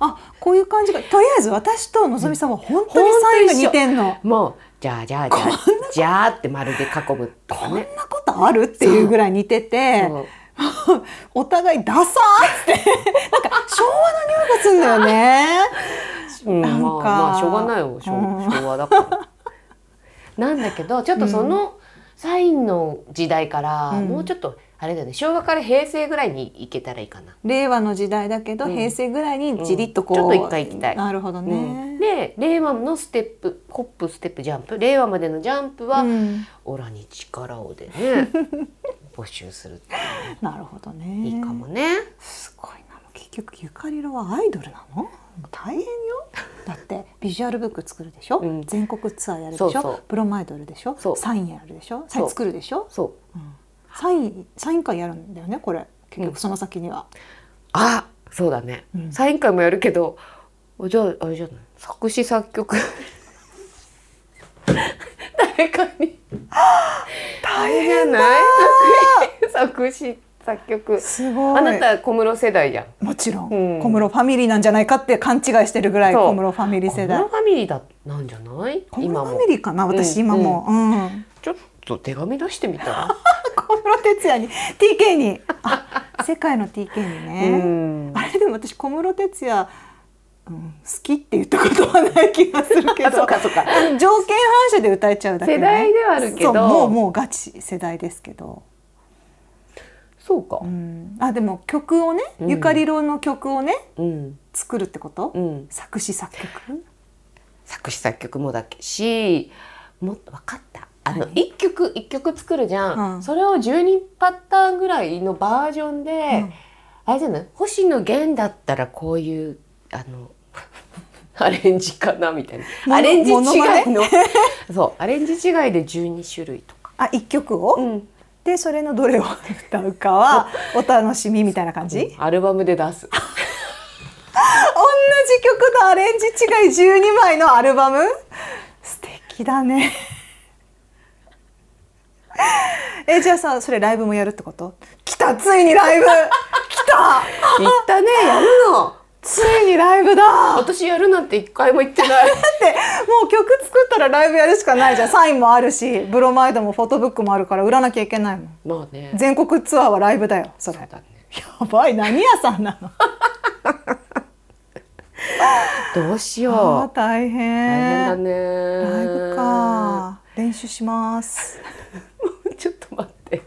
あこういう感じがとりあえず私とのぞみさんは本当にサインが似てんの。
もうじゃあじゃあじゃあじゃあって丸で囲むとかね
そんなことあるっていうぐらい似てて
そう
お互いダサーっつってなんか昭和の匂いがするんだよね。
うん、まあ
なんか
まあしょうがないよ昭
うん
昭和だから。 なんだけどちょっとそのサインの時代から、
うん
もうちょっとあれだよね昭和から平成ぐらいに行けたらいいかな。
令和の時代だけど、
うん
平成ぐらいにじりっとこう、
うんちょっと一回行きたい
なるほど
う
ね。
んで令和のステップホップステップジャンプ令和までのジャンプは、
うん
オラに力をでね募集するって
なるほどね。
いいかもね。
すごいなもう結局ゆかりろはアイドルなの大 変よだってビジュアルブック作るでしょ、
うん
全国ツアーやるでし
そ
ょ
うそう
プロマイドルでしょ
そう
サインやるでしょサ
そ
イ
う
ン作るでしょ
そう
サインサイン会やるんだよねこれ結
うん
局その先には、
あそうだね、
うん
サイン会もやるけどじゃああれじゃない作詞作 曲誰かに
大
じゃない 作詞作詞作曲
すごい
あなた小室世代じゃん
もちろん、
うん
小室ファミリーなんじゃないかって勘違いしてるぐらい
そう
小室ファミリー世代
小室ファミリーだなんじゃない
小室
今
ファ
も
ミリーかな私
うん
今も、うん
ちょっと手紙出してみた ら、
小室哲哉に TK にあ世界の TK にね、
うん
あれでも私小室哲哉、うん、好きって言ったことはない気がするけど
あそうかそうか
条件反射で歌えちゃうだけ、ね、
世代ではあるけど
そうもうもうガチ世代ですけど、
そうか
うん、あでも曲をね、
うん
ゆかりろの曲をね
うん
作るってこと、
うん
作詞作曲
作詞作曲もだけしもっと分かったあの一曲一曲作るじゃん、
うん
それを12パターンぐらいのバージョンで、
うん
あれじゃない星野源だったらこういうあの アレンジかなみたい
モノ
なアレンジ違い
モノマネ
の そうアレンジ違いで12種類とか、
あ一曲を、
うん
でそれのどれを歌うか はお楽しみみたいな感じ、同じ
アルバムで出す
曲とアレンジ違い12枚のアルバム素敵だね えじゃあさそれライブもやるってこと来たついにライブ来た
言ったねやるの
ついにライブだだっ
私やるなんて一回も言ってない
てもう曲作ったらライブやるしかないじゃんサインもあるしブロマイドもフォトブックもあるから売らなきゃいけないもん
まあね
全国ツアーはライブだよそれ
そうだね
やばい何屋さんなの
どうし
あ
よ
ー大
う大変だ
変
ね
ライブか練習します
ちょっと待って。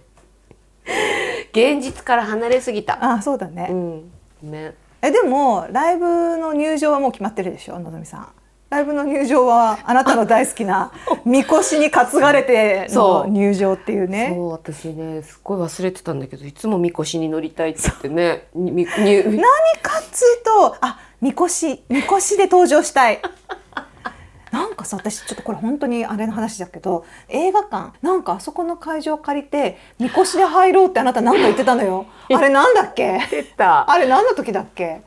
現実から離れすぎた。
あそうだね、
うん。ごめん。
えでもライブの入場はもう決まってるでしょのぞみさんライブの入場はあなたの大好き なみこしに担がれての
そう
入場っていうね
そう私ねすっごい忘れてたんだけどいつもみこしに乗りたいって言ってねにみに
何かっつうとあみこしみこしで登場したい なんかさ私ちょっとこれ本当にあれの話だけど映画館なんかあそこの会場借りてみこしで入ろうってあなたなんか言ってたの よあれなんだっけ
出た
あれ何の時だっけ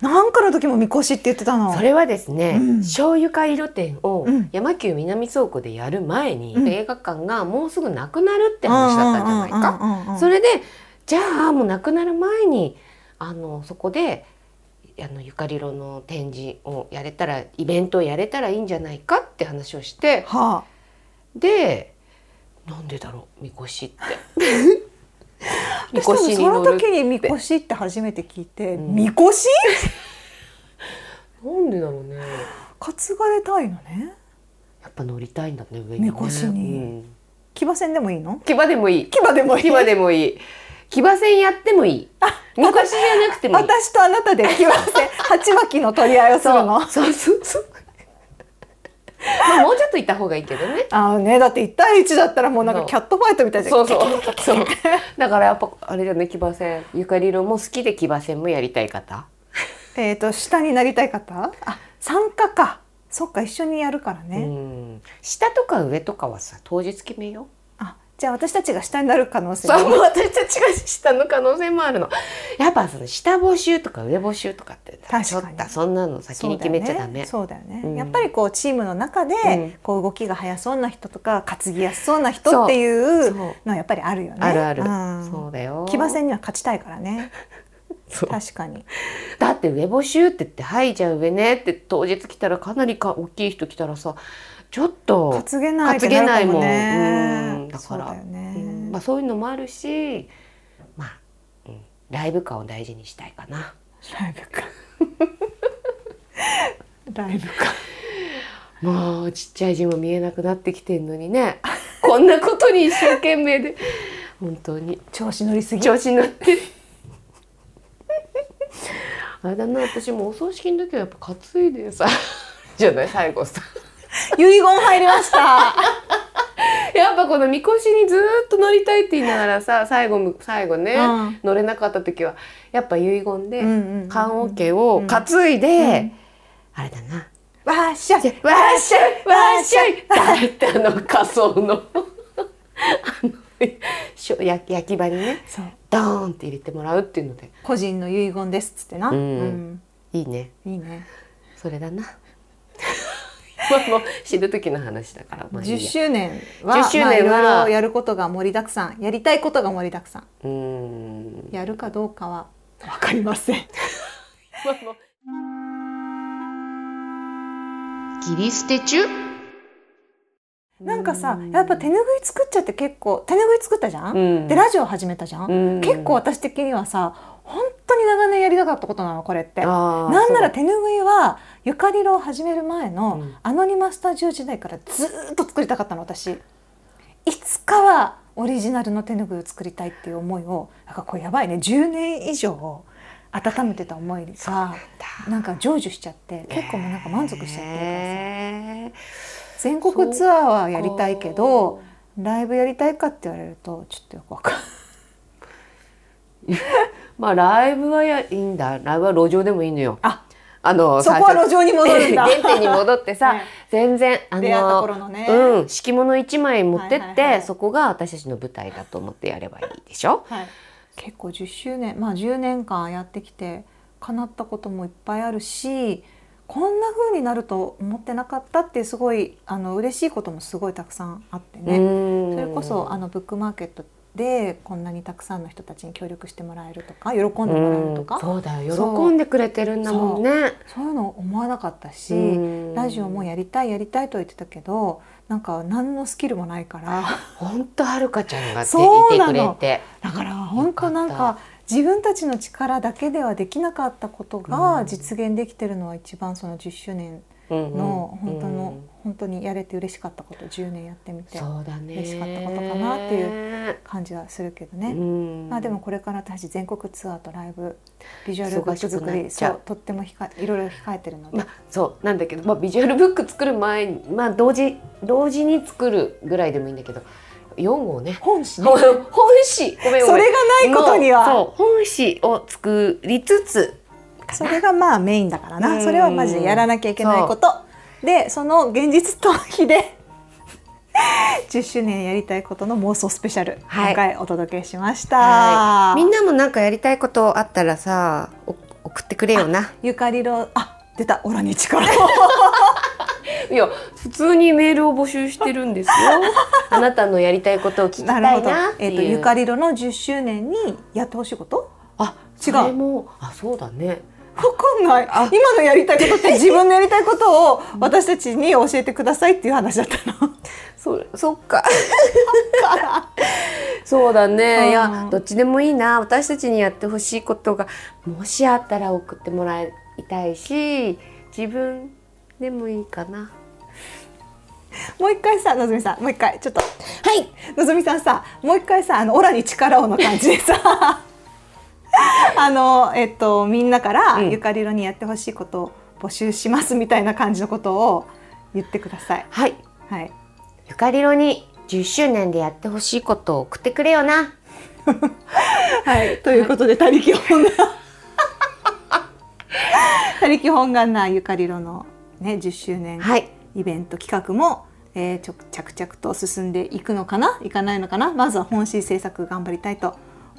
なんかの時もみこしって言ってたの
それはですね、
うん
醤油か色店を
うん
山急南倉庫でやる前に、
うん
映画館がもうすぐなくなるって話だったんじゃないか、
うんうんうんうんうん
それでじゃあもうなくなる前にあのそこであのゆかりろの展示をやれたらイベントをやれたらいいんじゃないかって話をして
は
でなんでだろうみこしって
あ、 私多分その時にみこしって初めて聞いて、みこし
なんでだろうね
担がれたいのね
やっぱ乗りたいんだね上にね
みこしに
うん
騎馬戦でもいいの
騎馬でもいい
騎馬でもいい
騎馬でもいい騎馬戦やってもいいみこしじゃなくてもいい
私とあ なたで騎馬戦鉢巻きの取り合いをするの
そうそうそうそうまあもうちょっといた方がいいけどね。
あのね、だって1対1だったらもうなんかキャットファイトみたいじゃん。
そうそう。そう。だからやっぱあれじゃね騎馬戦ゆかり色も好きで騎馬戦もやりたい方。
えっ、と下になりたい方？あ、参加か。そっか一緒にやるから
う
ね。
ん。下とか上とかはさ当日決めよう。
あ、じゃあ私たちが下になる可能性
そうもう
も。
私たちが下の可能性もあるの。やっぱその下募集とか上募集とかって
かに
ちょっとそんなの先に決めちゃダメ。
そうだよね。
うん
やっぱりこうチームの中で、
うん
こう動きが速そうな人とか担ぎやすそうな人っていう
そう
のはやっぱりあるよね。
あるある。
うん
そうだよ。
騎馬戦には勝ちたいからね。
そう
確かに。
だって上募集って言って「はいじゃあ上ね」って当日来たらかなりか大きい人来たらさちょっと
担げないってなるかも
担げない
ね。
もんうんだから
そうだよね。
うんまあ、そういうのもあるしまあ、うん、ライブ感を大事にしたいかな。
ライブか。ライブか。
もうちっちゃい字も見えなくなってきてんのにねこんなことに一生懸命で 本当に
調子乗りすぎ。
調子に乗って あれだな私もお葬式の時はやっぱ担いでさ じゃない最後さ
遺言入りま した。
やっぱこのみこしにずーっと乗りたいって言いながらさ最後む最後ね、
うん
乗れなかった時はやっぱ遺言で、
ん
棺桶を担いで、あれだな
わっしゃ。
「わっしゃいわっしゃい!」ってあの仮装のあのしょ焼き焼き場にね
そう。
ドーンって入れてもらうっていうので
個人の遺言ですっつってな。
うん
うん
いいね
いいね。
それ だなまあもう死ぬ時の話だから、まあいいや
10周年は、
10周年は
まあいろいろやることが盛りだくさん、やりたいことが盛りだくさん。
うーん
やるかどうかはわかりません。
まあもう
切り捨て中
なんかさ、やっぱ手ぬぐい作っちゃって結構手ぬぐい作ったじゃん。
うん
でラジオ始めたじゃん。
うん
結構私的にはさ、本当に長年やりたかったことなのこれって。
あー
なんなら
そう
手ぬぐいはゆかりろを始める前
う
の
ん
アノニマスタジオ時代からずーっと作りたかったの私いつかはオリジナルの手ぬぐいを作りたいっていう思いをなんかこれやばいね10年以上温めてた思いがなんか成就しちゃって結構もうなんか満足しちゃってるからさ
へー
全国ツアーはやりたいけどライブやりたいかって言われるとちょっとよくわ かんない
まあライブはやいいんだライブは路上でもいいのよ
あ
あの
そこは路上に戻 るんだ
原点に戻って さ、
ね
全然あの
出会った頃のね
うん敷物一枚持ってって、
はいはいはい
そこが私たちの舞台だと思ってやればいいでしょ
結構10周年まあ10年間やってきて叶ったこともいっぱいあるしこんな風になると思ってなかったっていうすごいあの嬉しいこともすごいたくさんあって
う
ね、
ーん
それこそあのブックマーケットでこんなにたくさんの人たちに協力してもらえるとか喜んでもらえると
うん
か
そうだ
そ
よ
う
喜んでくれてるんだもんね
そういうの思わなかったし
うん
ラジオもやりたいやりたいと言ってたけどなんか何のスキルもないから。
ほんとはるかちゃんがて
そ
いうて
な
く
の
れて
だから本当なん
よかっ
か自分たちの力だけではできなかったことが実現できてるのは一番その10周年の
の
本当の本当にやれて嬉しかったこと10年やってみて
そうだね
嬉しかったことかなっていう感じはするけどね。
ん
まあでもこれから私全国ツアーとライブビジュアルブック作
忙しくな
り
っちゃ
そううとってもひかいろいろ控えてるので、
まあ、そうなんだけど、まあ、ビジュアルブック作る前に、まあ、同時同時に作るぐらいでもいいんだけど4号ね
本誌ね
本誌ごめんご
そ
めん
れがないことには
もうそう本誌を作りつつ
それがまあメインだから
う
なんそれはマジでやらなきゃいけないことでその現実逃避で 10周年やりたいことの妄想スペシャル、
は
今
い
回お届けしました、
みんなもなんかやりたいことあったらさお送ってくれよな
ゆかりろあ出たオラに 力
いや普通にメールを募集してるん ですよあなたのやりたいことを聞きた
ないる
なっ
ほど、
て
え
い
っ
う
とゆかりろの10周年にやってほしいこと
あ
違う
それもあそうだね
わかんない今のやりたいことって自分のやりたいことを私たちに教えてくださいっていう話だったの
そそっか そうだねい
うん
やどっちでもいいな私たちにやってほしいことがもしあったら送ってもらいたいし自分でもいいかな
もう一回さのぞみさんもう一回ちょっと
はい
のぞみさんさもう一回さあのオラに力をの感じでさあのえっとみんなから、
うん
ゆかりろにやってほしいことを募集しますみたいな感じのことを言ってください。
はい。
はい。
ゆかりろに10周年でやってほしいことを送ってくれよな。
はい、 ということで、他力本願。 他力本願なゆかりろのね、10周年
はい。
イベント企画も、えーちょ着々と進んでいくのかないかないのかなまずは本誌制作頑張りたいと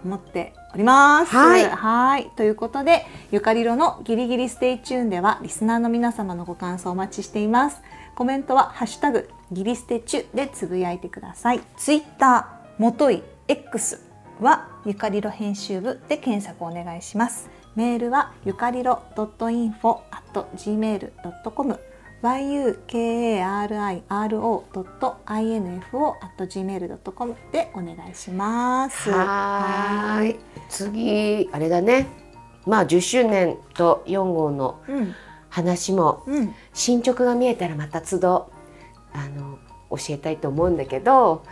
思っております。
はい
いということでゆかりろの「ギリギリステイチューン」ではリスナーの皆様のご感想お待ちしています。コメントは「ハッシュタグギリステチュ」でつぶやいてください。ツイッターもとい X はゆかりろ編集部で検索お願いします。メールはゆかりろ .info.gmail.com yukariro.info.gmail.com でお願いします。
はーい。次あれだね。まあ10周年と4号の
うん、
話も
うん、
進捗が見えたらまた都度あの教えたいと思うんだけど、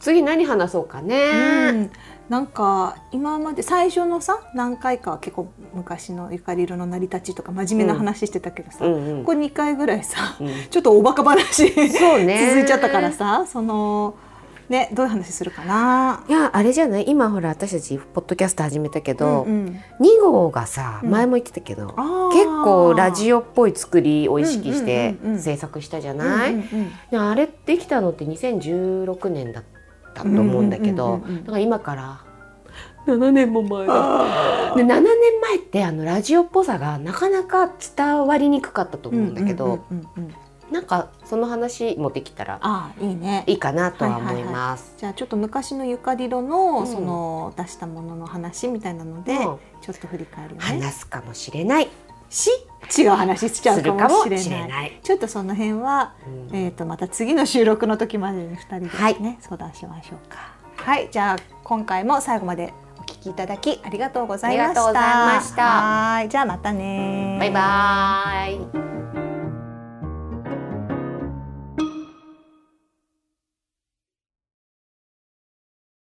次何話そうか
う
ね。
ん。なんか今まで最初のさ何回かは結構昔のゆかり色の成り立ちとか真面目な話してたけどさ、
うんうん
ここ2回ぐらいさ、
うん
ちょっとおバカ話
そうね
続いちゃったからさそのねどういう話するかない
やあれじゃない今ほら私たちポッドキャスト始めたけど、
うんうん
2号がさ
うん
前も言ってたけど、
あー
結構ラジオっぽい作りを意識して
うんうんうんうん
制作したじゃない、
うんうんうん
であれできたのって2016年だったと思うんだけ
うん
ど
うんうんうんうん
だから今から7年も前だで7年前ってあのラジオっぽさがなかなか伝わりにくかったと思うんだけど、
うんうんうんうんうん
なんかその話もできたら
ああいいね
いいかなとは思います。
じゃあちょっと昔のゆかりろの、
うん
その出したものの話みたいなので、
うん
ちょっと振り返るね。
話すかもしれない、
し違う話しちゃう
す
か
るか
も
も
し
し
れ
れ
ない。
ない。
ちょっとその辺は、
うん
えっ、とまた次の収録の時までに二人でね、
はい
相談しましょうか。はい、じゃあ今回も最後までお聞きいただきありがとうございました。
ありがとうございました
はい、じゃあまたね。
バイバーイ。